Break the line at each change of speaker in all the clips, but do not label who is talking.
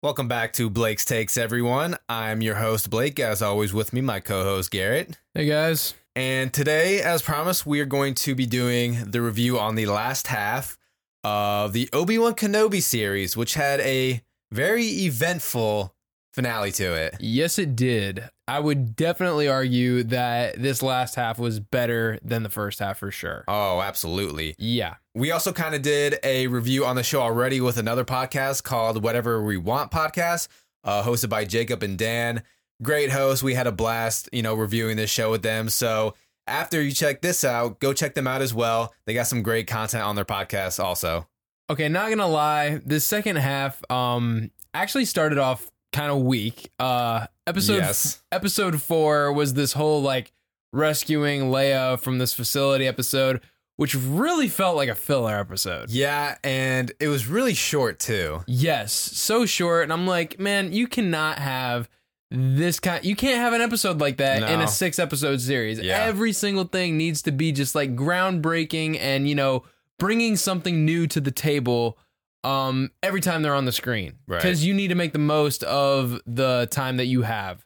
Welcome back to Blake's Takes, everyone. I'm your host, Blake. As always, with me, my co host, Garrett.
Hey guys.
And today, as promised, we are going to be doing the review on the last half of the Obi Wan Kenobi series, which had a very eventful finale to it.
Yes, it did. I would definitely argue that this last half was better than the first half for sure.
Oh, absolutely.
Yeah.
We also kind of did a review on the show already with another podcast called Whatever We Want Podcast, uh, hosted by Jacob and Dan. Great host. We had a blast, you know, reviewing this show with them. So after you check this out, go check them out as well. They got some great content on their podcast also.
Okay, not gonna lie, this second half um actually started off kind of weak. Uh episode
yes.
episode four was this whole like rescuing Leia from this facility episode, which really felt like a filler episode.
Yeah, and it was really short too.
Yes, so short, and I'm like, man, you cannot have this kind. You can't have an episode like that in
No.
a six episode series.
Yeah.
Every single thing needs to be just like groundbreaking, and you know, bringing something new to the table. Um, every time they're on the screen,
Right.
Because you need to make the most of the time that you have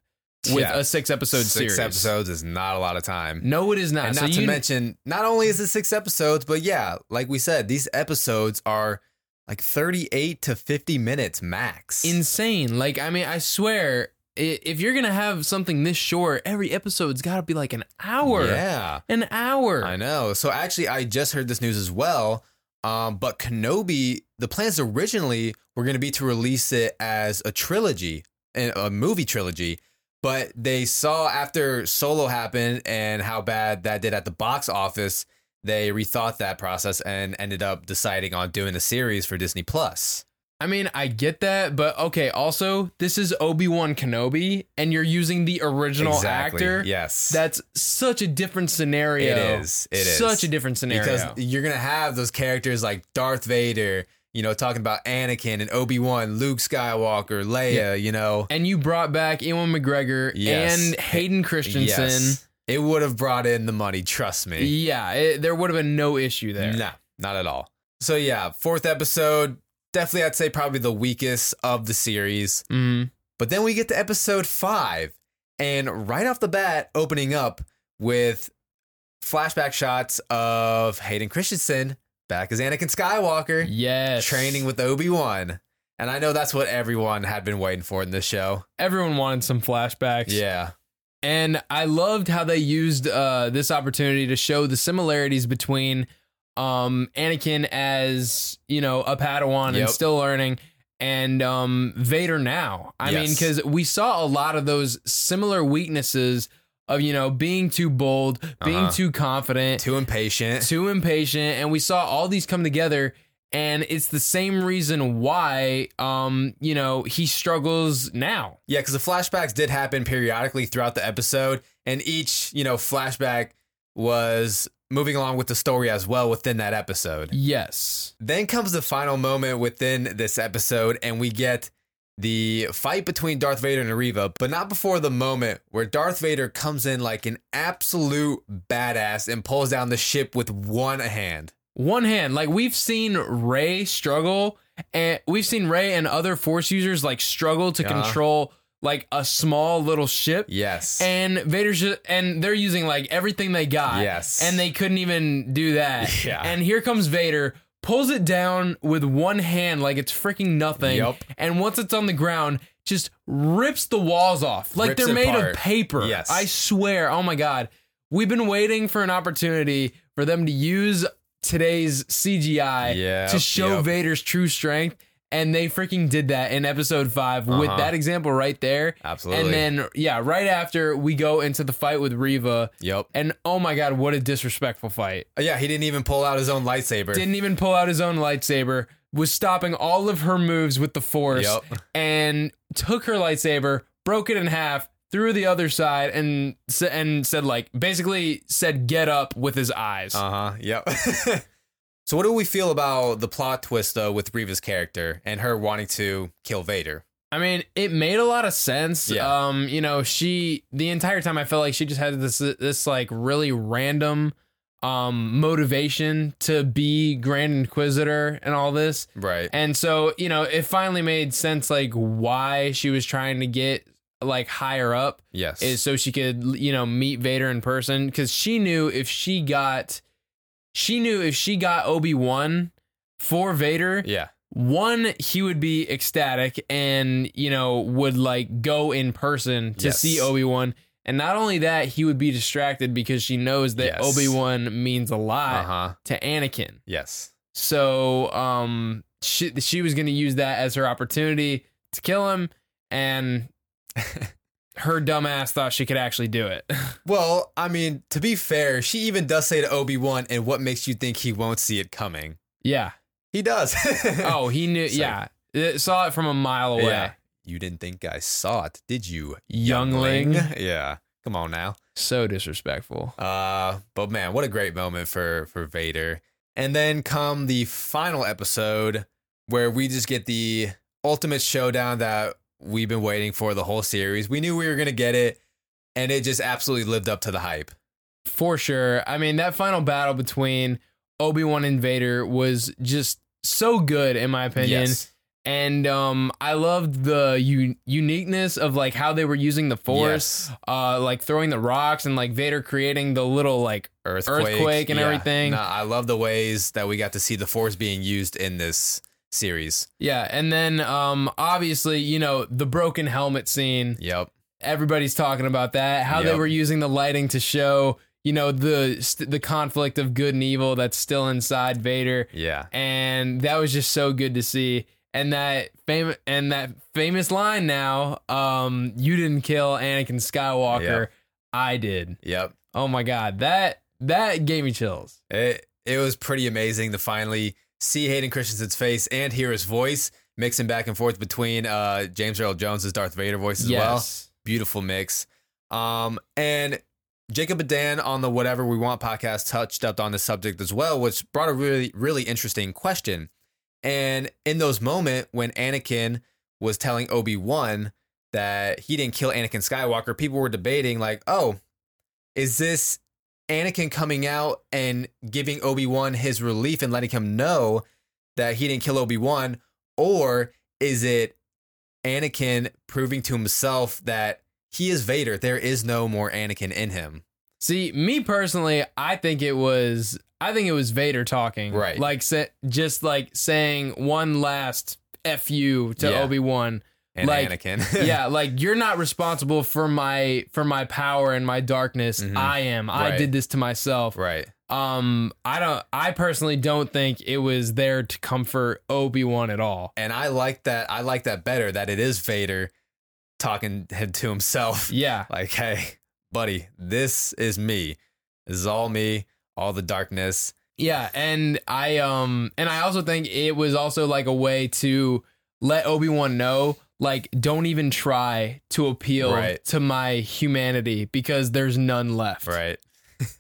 with
Yeah.
a six episode
six
series.
episodes is not a lot of time.
No, it is not.
And
so
not to
you,
mention, not only is it six episodes, but yeah, like we said, these episodes are like 38 to 50 minutes max.
insane. Like, I mean, I swear, i- if you're gonna have something this short, every episode's got to be like an hour.
Yeah,
An hour.
I know. So actually, I just heard this news as well. Um, but Kenobi, the plans originally were going to be to release it as a trilogy, a a movie trilogy. But they saw after Solo happened and how bad that did at the box office, they rethought that process and ended up deciding on doing the series for Disney Plus.
I mean, I get that, but okay. Also, this is Obi Wan Kenobi, and you're using the original actor.
yes,
That's such a different scenario.
It is. It is.
such a different scenario.
because you're gonna have those characters like Darth Vader, you know, talking about Anakin and Obi Wan, Luke Skywalker, Leia,
Yeah.
you know,
and you brought back Ewan McGregor
Yes.
and Hayden Christensen.
Yes. it would have brought in the money. Trust me,
Yeah, it, there would have been no issue there.
nah, not at all. So yeah, fourth episode, definitely, I'd say probably the weakest of the series.
Mhm.
But then we get to episode five, and right off the bat, opening up with flashback shots of Hayden Christensen back as Anakin Skywalker.
Yes.
training with Obi Wan. And I know that's what everyone had been waiting for in this show.
everyone wanted some flashbacks.
Yeah.
And I loved how they used uh, this opportunity to show the similarities between um, Anakin as, you know, a Padawan
Yep.
and still learning and um, Vader now. I mean,
Yes.
because we saw a lot of those similar weaknesses of, you know, being too bold, being
Uh-huh.
too confident,
Too impatient.
too impatient. And we saw all these come together. And it's the same reason why, um, you know, he struggles now.
yeah, because the flashbacks did happen periodically throughout the episode. And each, you know, flashback was moving along with the story as well within that episode.
Yes.
Then comes the final moment within this episode, and we get the fight between Darth Vader and Reva, but not before the moment where Darth Vader comes in like an absolute badass and pulls down the ship with one hand.
one hand like we've seen ray struggle and we've seen ray and other force users like struggle to
Yeah.
control like a small little ship
Yes.
and vader's ju- and they're using like everything they got
Yes.
and they couldn't even do that
Yeah.
and here comes vader pulls it down with one hand like it's freaking nothing
Yup.
and once it's on the ground just rips the walls off like
Rips
they're
it
made
apart.
of paper
Yes.
i swear oh my god we've been waiting for an opportunity for them to use today's cgi
Yep,
to show
yep.
vader's true strength and they freaking did that in episode 5 with
Uh-huh.
that example right there
Absolutely.
and then yeah, right after we go into the fight with Reva,
Yep.
and oh my god, what a disrespectful fight!
Yeah, he didn't even pull out his own lightsaber.
Didn't even pull out his own lightsaber. Was stopping all of her moves with the force,
Yep.
and took her lightsaber, broke it in half, threw the other side, and sa- and said like basically said get up with his eyes.
Uh huh. Yep. so, what do we feel about the plot twist though with Reva's character and her wanting to kill Vader?
I mean, it made a lot of sense.
Yeah.
Um, you know, she the entire time I felt like she just had this this like really random um, motivation to be Grand Inquisitor and all this.
Right.
And so, you know, it finally made sense like why she was trying to get like higher up
yes.
is so she could, you know, meet Vader in person cuz she knew if she got she knew if she got Obi-Wan for Vader,
yeah.
one he would be ecstatic and, you know, would like go in person to
Yes.
see Obi-Wan. And not only that, he would be distracted because she knows that
Yes.
Obi-Wan means a lot
Uh huh.
to Anakin.
Yes.
So um, she she was going to use that as her opportunity to kill him, and her dumbass thought she could actually do it.
Well, I mean, to be fair, she even does say to Obi Wan, "And what makes you think he won't see it coming?"
yeah.
He does.
Oh, he knew.
It's
yeah, It- saw it from a mile away.
yeah. You didn't think I saw it, did you,
Youngling.
Yeah. Come on now.
So disrespectful.
Uh, but man, what a great moment for for Vader. And then come the final episode where we just get the ultimate showdown that we've been waiting for the whole series. We knew we were gonna get it, and it just absolutely lived up to the hype.
For sure. I mean, that final battle between Obi Wan and Vader was just so good, in my opinion.
Yes.
And um, I loved the u- uniqueness of like how they were using the Force.
Yes.
uh, like throwing the rocks and like Vader creating the little like
Earthquake,
earthquake and everything.
Nah, I love the ways that we got to see the force being used in this series.
yeah, and then um obviously you know the broken helmet scene.
Yep.
Everybody's talking about that. How they
Yep.
were using the lighting to show you know the st- the conflict of good and evil that's still inside Vader,
Yeah.
and that was just so good to see. And that famous and that famous line now, um, you didn't kill Anakin Skywalker, I did.
Yep.
Oh my god, that that gave me chills.
It it was pretty amazing to finally see Hayden Christensen's face and hear his voice mixing back and forth between uh, James Earl Jones' Darth Vader voice as well. Beautiful mix. Um, and Jacob Adan on the Whatever We Want podcast touched up on the subject as well, which brought a really really interesting question. And in those moment when Anakin was telling Obi Wan that he didn't kill Anakin Skywalker, people were debating like, oh, is this Anakin coming out and giving Obi Wan his relief and letting him know that he didn't kill Obi Wan, or is it Anakin proving to himself that he is Vader? There is no more Anakin in him.
See, me personally, I think it was I think it was Vader talking.
Right.
Like sa- just like saying one last F you to
Yeah.
Obi-Wan.
And
Like,
Anakin,
yeah, like you're not responsible for my for my power and my darkness.
Mhm.
I am. I
Right.
did this to myself.
right,
Um I don't I personally don't think it was there to comfort Obi-Wan at all.
and I like that. I like that better. That it is Vader talking to himself.
Yeah.
like, hey, buddy, this is me. This is all me, all the darkness.
Yeah, and I um and I also think it was also like a way to let Obi-Wan know like don't even try to appeal
Right.
to my humanity because there's none left.
Right.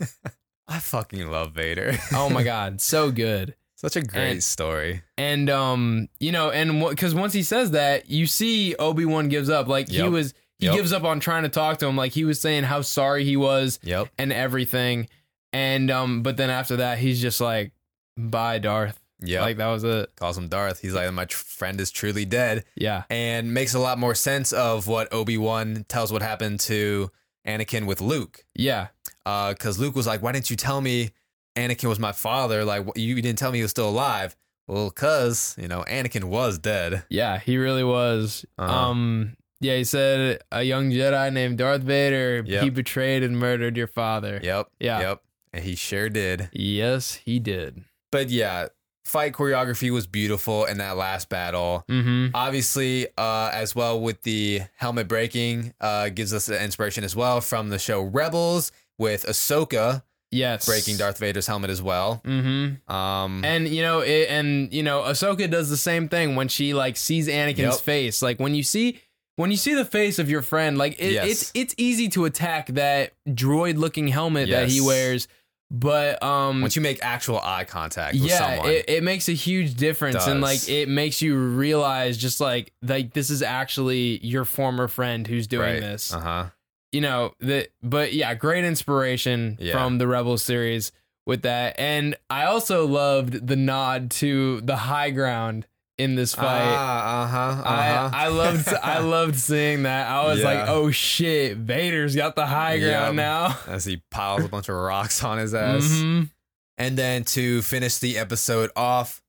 I fucking love Vader.
oh my god, so good.
Such a great
And-
story.
And um you know and cuz once he says that, you see Obi-Wan gives up like he
Yep.
was he
Yep.
gives up on trying to talk to him like he was saying how sorry he was
Yep.
and everything. And um but then after that he's just like bye Darth.
Yep.
Like that was it.
calls him Darth. He's like, my tr- friend is truly dead,
Yeah.
and makes a lot more sense of what Obi Wan tells what happened to Anakin with Luke.
Yeah.
Because Luke was like, why didn't you tell me Anakin was my father? Like, wh- you didn't tell me he was still alive. Well, cause you know Anakin was dead.
Yeah, he really was.
Uh-huh.
Um yeah, he said a young Jedi named Darth Vader,
Yep.
he betrayed and murdered your father.
Yep.
Yeah.
Yep. And he sure did.
Yes, he did.
But yeah, fight choreography was beautiful in that last battle.
Mm-hmm.
Obviously, uh, as well with the helmet breaking, uh, gives us the inspiration as well from the show Rebels with Ahsoka
Yes.
breaking Darth Vader's helmet as well.
Mm-hmm.
Um,
And you know, it, and you know, Ahsoka does the same thing when she like sees Anakin's
Yep.
face. Like when you see when you see the face of your friend, like it,
Yes.
it's it's easy to attack that droid looking helmet that he
Yes.
wears. But um
once you make actual eye contact with
yeah
someone,
it, it makes a huge difference and like
Does.
it makes you realize just like like this is actually your former friend who's doing this
Uh huh.
you know that but yeah great inspiration
Yeah.
from the rebel series with that. And I also loved the nod to the high ground in this fight.
Ah, uh-huh, uh-huh.
I, I loved I loved seeing that. I was like,
Yeah.
oh shit, Vader's got the high
Yep.
ground now.
as he piles a bunch of rocks on his ass.
Mhm.
And then to finish the episode off,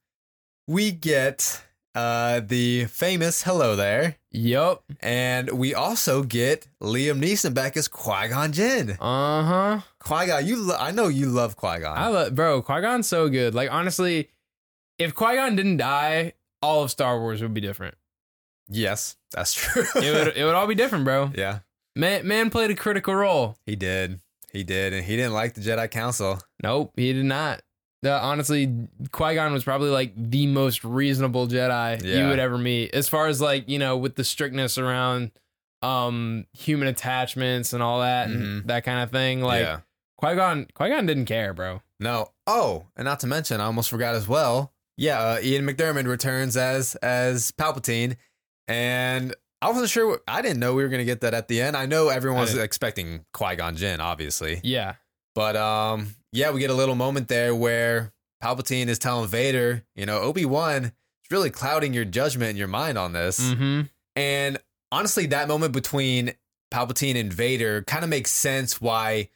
we get uh, the famous hello there.
Yup.
And we also get Liam Neeson back as Qui Gon Jinn.
Uh huh.
Qui Gon, you lo- I know you love Qui
I
Gon.
love, bro, Qui Gon's so good. Like, honestly, if Qui Gon didn't die, all of Star Wars would be different.
yes, that's true.
It would, it would all be different, bro.
yeah,
Man, man played a critical role.
he did. He did, and he didn't like the Jedi Council.
Nope, he did not. The, honestly, Qui Gon was probably like the most reasonable Jedi you
Yeah.
would ever meet, as far as like you know, with the strictness around um human attachments and all that and that kind of thing. Like
Mm-hmm. yeah.
Qui Gon, Qui Gon didn't care, bro.
No. Oh, and not to mention, I almost forgot as well. Yeah, uh, Ian McDermott returns as as Palpatine, and I wasn't sure. What, I didn't know we were gonna get that at the end. I know everyone
I
was
didn't.
expecting Qui Gon Jinn, obviously,
Yeah,
but um, yeah, we get a little moment there where Palpatine is telling Vader, you know, Obi Wan, it's really clouding your judgment and your mind on this.
mm-hmm.
And honestly, that moment between Palpatine and Vader kind of makes sense why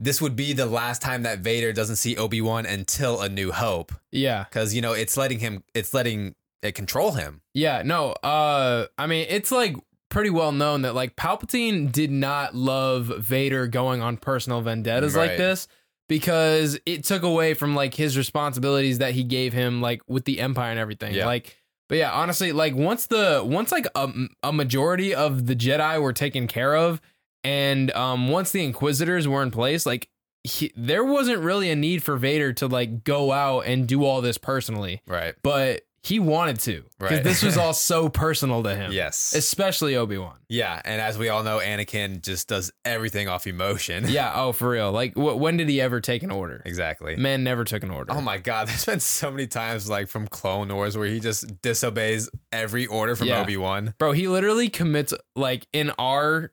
this would be the last time that Vader doesn't see Obi Wan until A New Hope,
yeah,
because you know it's letting him, it's letting it control him.
yeah. No, uh, I mean, it's like pretty well known that like Palpatine did not love Vader going on personal vendettas like
Right.
this because it took away from like his responsibilities that he gave him like with the empire and everything.
Yeah.
Like but yeah, honestly, like once the once like a, a majority of the Jedi were taken care of and um once the inquisitors were in place, like he, there wasn't really a need for Vader to like go out and do all this personally,
Right.
but he wanted to. Because
Right.
this was all so personal to him.
Yes.
Especially Obi-Wan.
yeah, and as we all know, Anakin just does everything off emotion.
yeah. Oh, for real. Like, wh- when did he ever take an order?
exactly.
Man never took an order.
Oh my God! There's been so many times, like from Clone Wars, where he just disobeys every order from
Yeah.
Obi Wan.
Bro, he literally commits like in our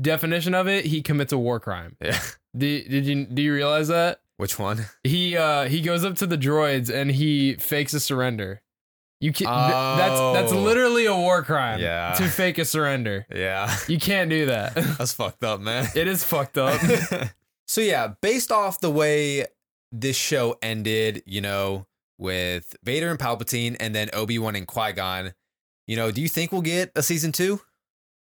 definition of it, he commits a war crime.
Yeah.
Did, did you do you realize that?
Which one?
He uh he goes up to the droids and he fakes a surrender. You can not
Oh.
that's that's literally a war crime
Yeah.
to fake a surrender.
Yeah,
You can't do that.
that's fucked up, man.
it is fucked up.
so yeah, based off the way this show ended, you know, with Vader and Palpatine, and then Obi Wan and Qui Gon, you know, do you think we'll get a season two?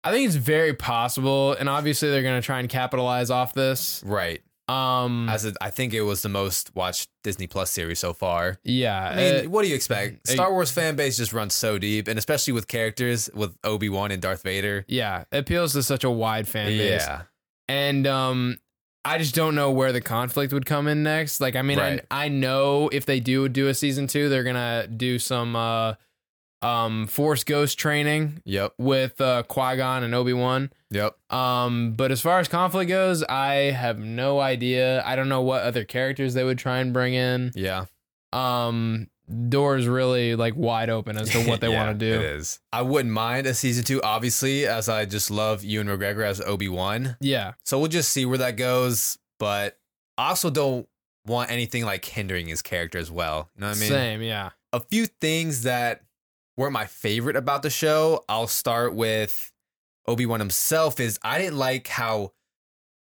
I think it's very possible and obviously they're going to try and capitalize off this.
Right.
Um
As it, I think it was the most watched Disney Plus series so far. mm,
yeah.
I mean,
uh,
what do you expect?
uh,
Star Wars fan base just runs so deep, and especially with characters with Obi Wan and Darth Vader.
yeah, it appeals to such a wide fan base.
Yeah,
and um I just don't know where the conflict would come in next. Like I mean
Right.
I I know if they do do a season 2, they're going to do some uh um Force Ghost training
yep,
with uh Qui-Gon and Obi-Wan.
yep.
Um but as far as conflict goes, I have no idea. I don't know what other characters they would try and bring in.
Yeah.
Um doors really like wide open as to what they
Yeah,
want to
It
do.
is. I wouldn't mind a season two, obviously, as I just love Ewan McGregor as Obi Wan.
Yeah.
So we'll just see where that goes. But I also don't want anything like hindering his character as well. You know what I mean?
same, yeah.
A few things that were my favorite about the show. I'll start with Obi Wan himself. Is I didn't like how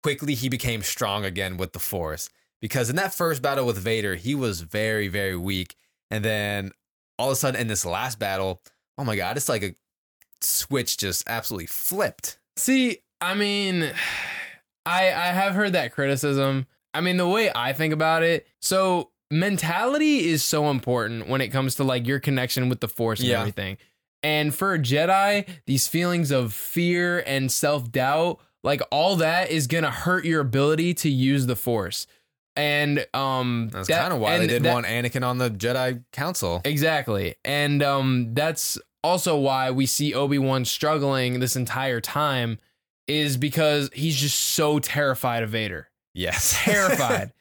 quickly he became strong again with the Force because in that first battle with Vader, he was very very weak, and then all of a sudden in this last battle, oh my god, it's like a switch just absolutely flipped.
See, I mean, I I have heard that criticism. I mean, the way I think about it, so mentality is so important when it comes to like your connection with the force and
Yeah.
everything. And for a Jedi, these feelings of fear and self-doubt, like all that is going to hurt your ability to use the force. And um
That's
that-
kind of why they
and
didn't
that-
want Anakin on the Jedi Council.
Exactly. And um that's also why we see Obi-Wan struggling this entire time is because he's just so terrified of Vader.
Yes.
Terrified.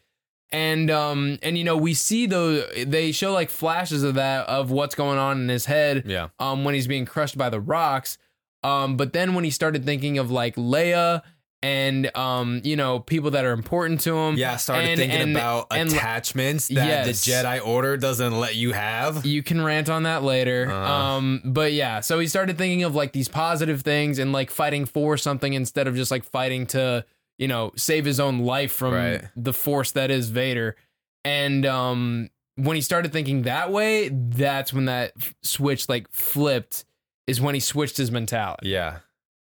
and um and you know, we see though they show like flashes of that of what's going on in his head
yeah.
um when he's being crushed by the rocks. Um but then when he started thinking of like Leia and um, you know, people that are important to him.
Yeah, I started
And-
thinking
and-
about
and-
attachments that
Yes.
the Jedi Order doesn't let you have.
You can rant on that later.
Uh-huh.
Um, but yeah, so he started thinking of like these positive things and like fighting for something instead of just like fighting to, you know, save his own life from
Right.
the force that is Vader. And um when he started thinking that way, that's when that f- switch like flipped is when he switched his mentality.
Yeah.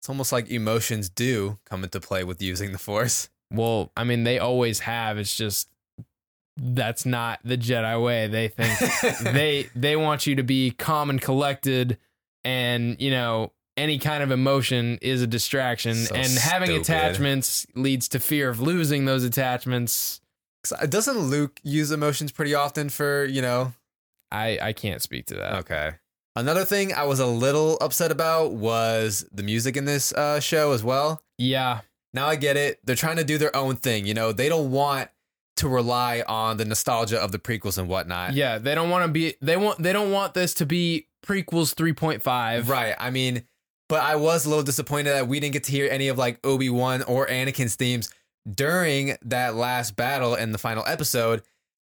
It's almost like emotions do come into play with using the Force.
Well, I mean, they always have. It's just that's not the Jedi way. They think they they want you to be calm and collected and you know any kind of emotion is a distraction
So
and having
stupid.
attachments leads to fear of losing those attachments
'Cause, uh, Doesn't Luke use emotions pretty often for, you know?
i i can't speak to that
Okay. Another thing I was a little upset about was the music in this uh, show as well.
yeah
Now I get it. They're trying to do their own thing. You know, they don't want to rely on the nostalgia of the prequels and whatnot.
yeah they don't want to be they want they don't want this to be prequels 3.5
Right. I mean, but I was a little disappointed that we didn't get to hear any of like Obi Wan or Anakin's themes during that last battle in the final episode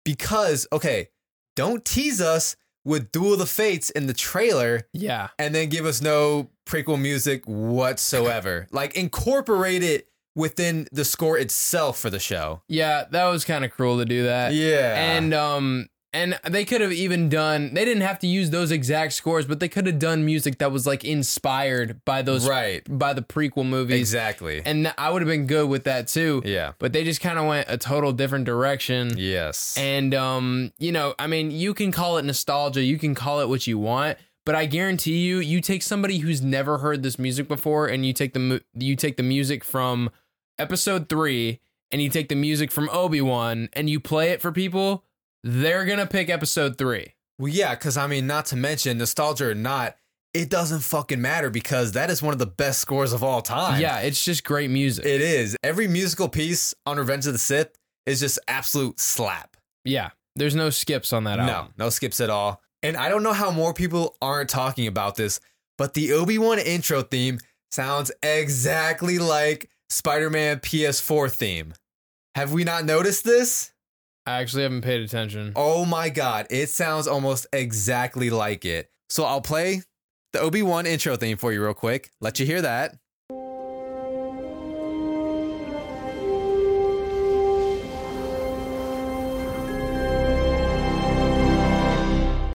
because, okay, don't tease us with Duel of the Fates in the trailer
yeah
and then give us no prequel music whatsoever. like, incorporate it within the score itself for the show.
yeah that was kind of cruel to do that
Yeah.
Uh, and um and they could have even done they didn't have to use those exact scores but they could have done music that was like inspired by those
right.
by the prequel movies
Exactly.
and I would have been good with that too
yeah.
but they just kind of went a total different direction
Yes.
and um you know I mean you can call it nostalgia you can call it what you want but I guarantee you you take somebody who's never heard this music before and you take the mu- you take the music from episode 3 and you take the music from Obi-Wan and you play it for people they're going to pick episode 3
Well, yeah, because I mean, not to mention nostalgia or not, it doesn't fucking matter because that is one of the best scores of all time.
yeah it's just great music
it is. Every musical piece on Revenge of the Sith is just absolute slap.
yeah there's no skips on that album
No, no skips at all. And I don't know how more people aren't talking about this, but the Obi Wan intro theme sounds exactly like Spider Man PS4 theme. Have we not noticed this?
I actually haven't paid attention
Oh my god, it sounds almost exactly like it. So I'll play the Obi Wan intro theme for you real quick. Let you hear that.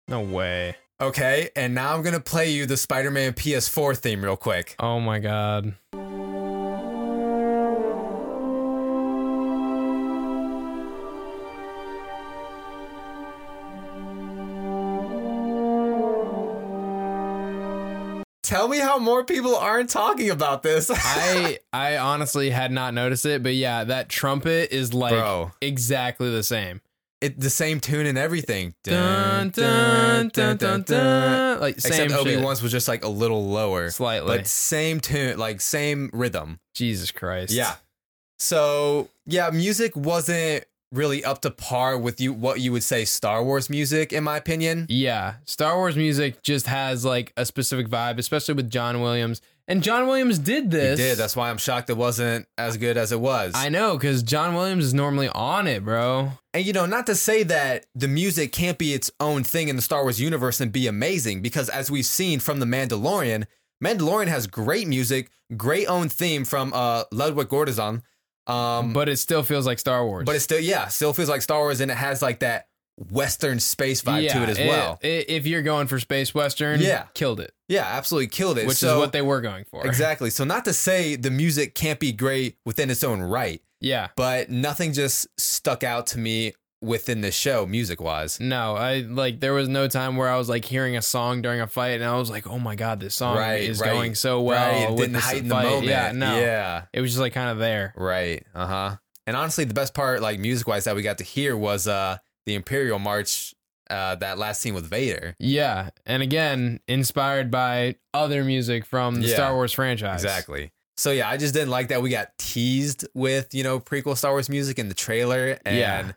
no way
Okay, and now I'm gonna play you the Spider Man PS4 theme real quick.
Oh my god.
Tell me how more people aren't talking about this.
I I honestly had not noticed it, but yeah, that trumpet is like
Bro.
exactly the same.
it, the same tune and everything.
Dun dun dun dun dun. Like same
Except Obi
shit.
Wan's was just like a little lower.
slightly.
But same tune, like same rhythm.
Jesus Christ.
Yeah. So yeah, music wasn't really up to par with you what you would say Star Wars music, in my opinion.
Yeah. Star Wars music just has like a specific vibe, especially with John Williams. And John Williams did
It
this.
did. That's why I'm shocked it wasn't as good as it was.
I know, because John Williams is normally on it, bro.
and you know, not to say that the music can't be its own thing in the Star Wars universe and be amazing, because as we've seen from The Mandalorian, Mandalorian has great music, great own theme from uh, Ludwig Gordazon. Um,
But it still feels like Star Wars.
but it still, yeah, still feels like Star Wars, and it has like that Western space vibe to it as well.
i- if you're going for space western,
Yeah.
killed it,
yeah, absolutely killed it.
which
So-
is what they were going for.
Exactly. So not to say the music can't be great within its own right,
Yeah.
but nothing just stuck out to me within the show music wise.
No, I like there was no time where I was like hearing a song during a fight and I was like, oh my god, this song
Right,
is
right,
going so well.
right. It
with
didn't
this
heighten the
fight."
moment.
Yeah, no,
Yeah.
it was just like kind of there.
Right. Uh huh. And honestly, the best part, like music wise, that we got to hear was uh the Imperial March, uh that last scene with Vader.
Yeah, and again, inspired by other music from the
Yeah.
Star Wars franchise.
Exactly. So yeah, I just didn't like that we got teased with you know prequel Star Wars music in the trailer, and
Yeah.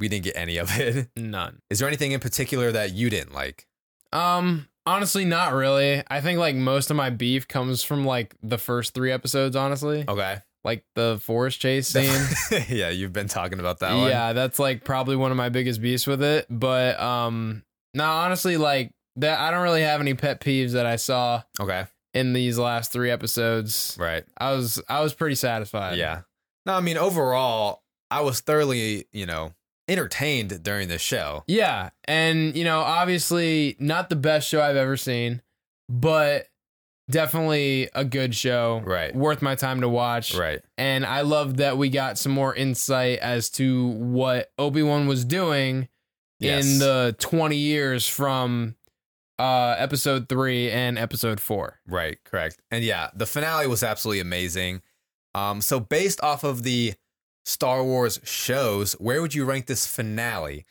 we didn't get any of it.
None.
Is there anything in particular that you didn't like?
Um, honestly, not really. I think like most of my beef comes from like the first three episodes. Honestly,
Okay.
like the forest chase scene.
yeah, you've been talking about that one.
yeah, that's like probably one of my biggest beefs with it. But um, no, honestly, like that, I don't really have any pet peeves that I saw
Okay.
in these last three episodes.
Right.
I was I was pretty satisfied.
Yeah. No, I mean overall, I was thoroughly, you know, entertained during this show.
Yeah. And, you know, obviously not the best show I've ever seen, but definitely a good show.
Right.
Worth my time to watch.
Right.
And I love that we got some more insight as to what Obi Wan was doing in the 20 years from uh, episode three and episode four.
Right, correct. And yeah, the finale was absolutely amazing. Um, so based off of the Star Wars shows, where would you rank this finale?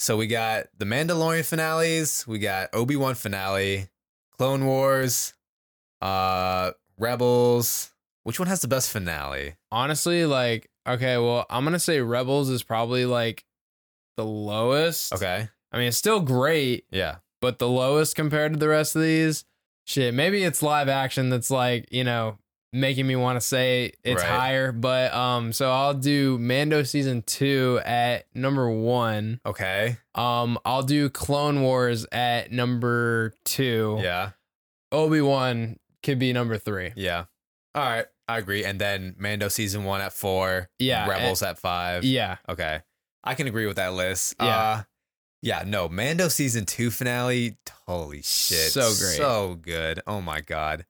So we got the Mandalorian finales, we got Obi Wan finale, Clone Wars, uh, Rebels. Which one has the best finale?
Honestly, like, okay, well, I'm going to say Rebels is probably like the lowest.
Okay,
I mean, it's still great.
yeah,
but the lowest compared to the rest of these. Shit, maybe it's live action that's like, you know, making me want to say it's
Right.
higher, but um so I'll do Mando season 2 at number 1.
okay,
Um I'll do Clone Wars at number 2.
yeah,
Obi-Wan could be number 3.
yeah. All right, I agree. And then Mando season one at four,
Yeah,
Rebels at five,
Yeah.
Okay. I can agree with that list.
Yeah.
Uh, yeah, no, Mando season two finale. Holy shit.
So great.
So good. Oh my God.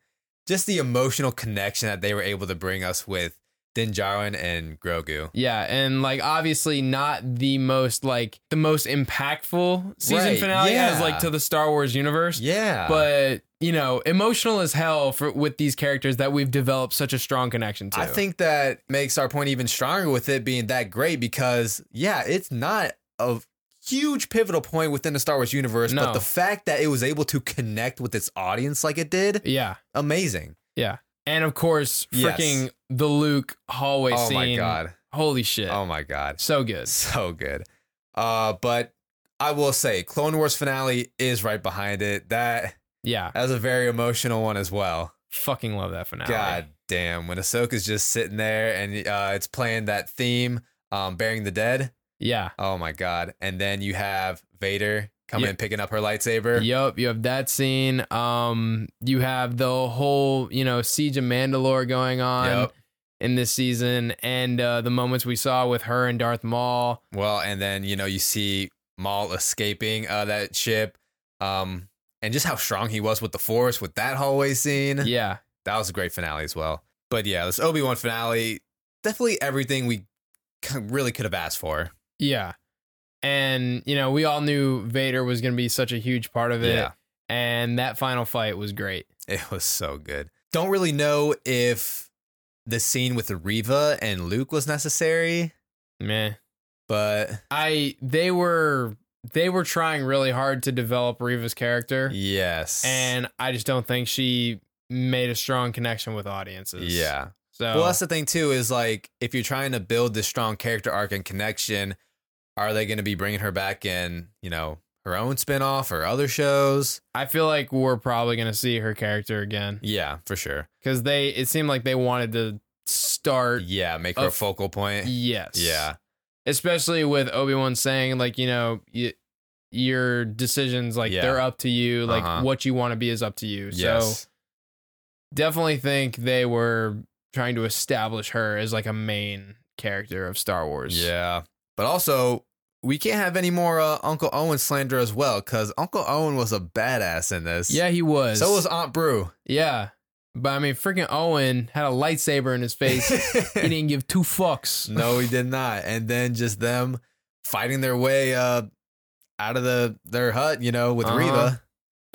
Just the emotional connection that they were able to bring us with Din Djarin and Grogu.
Yeah, and like obviously not the most like the most impactful season
Right,
finale as
yeah.
like to the Star Wars universe.
Yeah.
but you know, emotional as hell for with these characters that we've developed such a strong connection to.
I think that makes our point even stronger with it being that great because, yeah, it's not a huge pivotal point within the Star Wars universe,
No.
but the fact that it was able to connect with its audience like it did,
yeah,
amazing.
and of course,
Yes.
freaking the Luke hallway
oh
scene.
my God.
Holy shit!
Oh my God.
so good.
So good. Uh, but I will say, Clone Wars finale is right behind it. That
Yeah,
that's a very emotional one as well.
fucking love that finale.
God damn, when Ahsoka's just sitting there and uh, it's playing that theme, um, burying the dead.
Yeah.
Oh my god! And then you have Vader coming
Yeah.
and picking up her lightsaber.
Yup, you have that scene. Um, you have the whole, you know, siege of Mandalore going on
Yup.
in this season, and uh, the moments we saw with her and Darth Maul.
Well, and then you know you see Maul escaping uh, that ship, um, and just how strong he was with the Force with that hallway scene.
Yeah,
that was a great finale as well. But yeah, this Obi Wan finale, definitely everything we c- really could have asked for.
Yeah. And, you know, we all knew Vader was going to be such a huge part of it.
Yeah.
And that final fight was great.
It was so good. Don't really know if the scene with Riva and Luke was necessary,
Man,
but
I, they were, they were trying really hard to develop Reva's character.
yes,
And I just don't think she made a strong connection with audiences.
yeah.
So,
Well, that's the thing too is like if you're trying to build this strong character arc and connection, are they going to be bringing her back in, you know, her own spinoff or other shows?
I feel like we're probably going to see her character again
Yeah, for sure.
because they, it seemed like they wanted to start.
Yeah, make her a
Of-
focal point.
Yes.
Yeah.
especially with Obi-Wan saying like, you know, y- your decisions like
Yeah.
they're up to you, like
Uh-huh.
what you want to be is up to you.
Yes.
So definitely think they were trying to establish her as like a main character of Star Wars.
Yeah. But also, we can't have any more uh, Uncle Owen slander as well, because Uncle Owen was a badass in this.
Yeah, he was.
So was Aunt Brew.
Yeah. But I mean, freaking Owen had a lightsaber in his face. he didn't give two fucks.
no, he did not. And then just them fighting their way uh, out of the their hut, you know, with
Uh-huh.
Reva.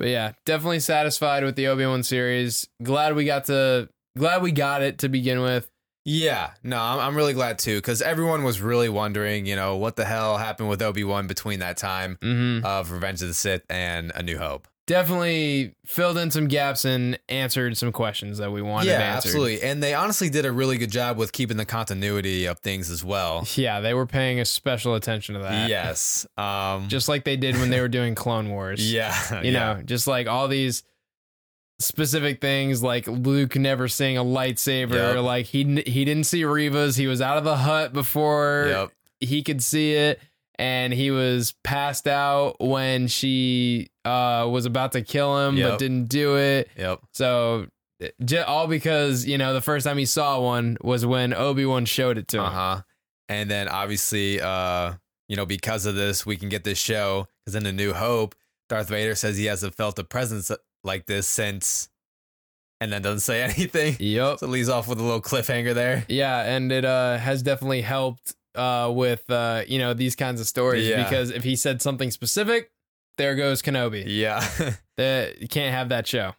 But yeah, definitely satisfied with the Obi-Wan series. Glad we got to glad we got it to begin with.
Yeah, no, I'm, I'm really glad too, because everyone was really wondering, you know, what the hell happened with Obi Wan between that time
Mhm.
of Revenge of the Sith and A New Hope.
definitely filled in some gaps and answered some questions that we wanted
yeah,
answered.
absolutely. And they honestly did a really good job with keeping the continuity of things as well.
Yeah, they were paying a special attention to that.
Yes. Um,
Just like they did when they were doing Clone Wars.
yeah.
You
yeah.
know, just like all these specific things like Luke never seeing a lightsaber,
Yep.
or like he n- he didn't see Reva's. He was out of the hut before
Yep.
he could see it, and he was passed out when she uh, was about to kill him,
Yep.
but didn't do it.
Yep.
So j- all because you know the first time he saw one was when Obi Wan showed it to him.
Uh huh. And then obviously, uh, you know, because of this, we can get this show because in the New Hope, Darth Vader says he hasn't felt a presence uh, like this since, and then doesn't say anything.
Yep.
So it leaves off with a little cliffhanger there.
Yeah, and it uh, has definitely helped uh, with uh, you know these kinds of stories
Yeah.
because if he said something specific, there goes Kenobi.
Yeah.
That you can't have that show.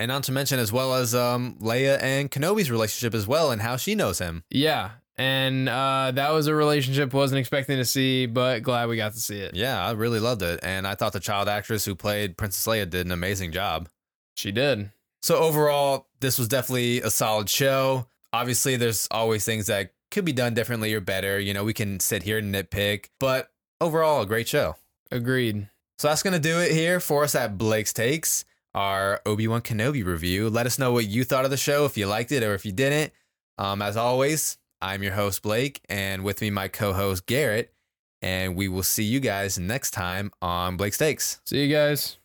and not to mention, as well as um, Leia and Kenobi's relationship as well, and how she knows him.
Yeah, and uh, that was a relationship wasn't expecting to see, but glad we got to see it.
Yeah, I really loved it, and I thought the child actress who played Princess Leia did an amazing job.
She did.
So overall, this was definitely a solid show. Obviously, there's always things that could be done differently or better. You know, we can sit here and nitpick, but overall, a great show.
Agreed.
So that's gonna do it here for us at Blake's Takes, our Obi Wan Kenobi review. Let us know what you thought of the show, if you liked it or if you didn't. Um, as always, I'm your host Blake, and with me my co-host Garrett, and we will see you guys next time on Blake's Takes.
See you guys.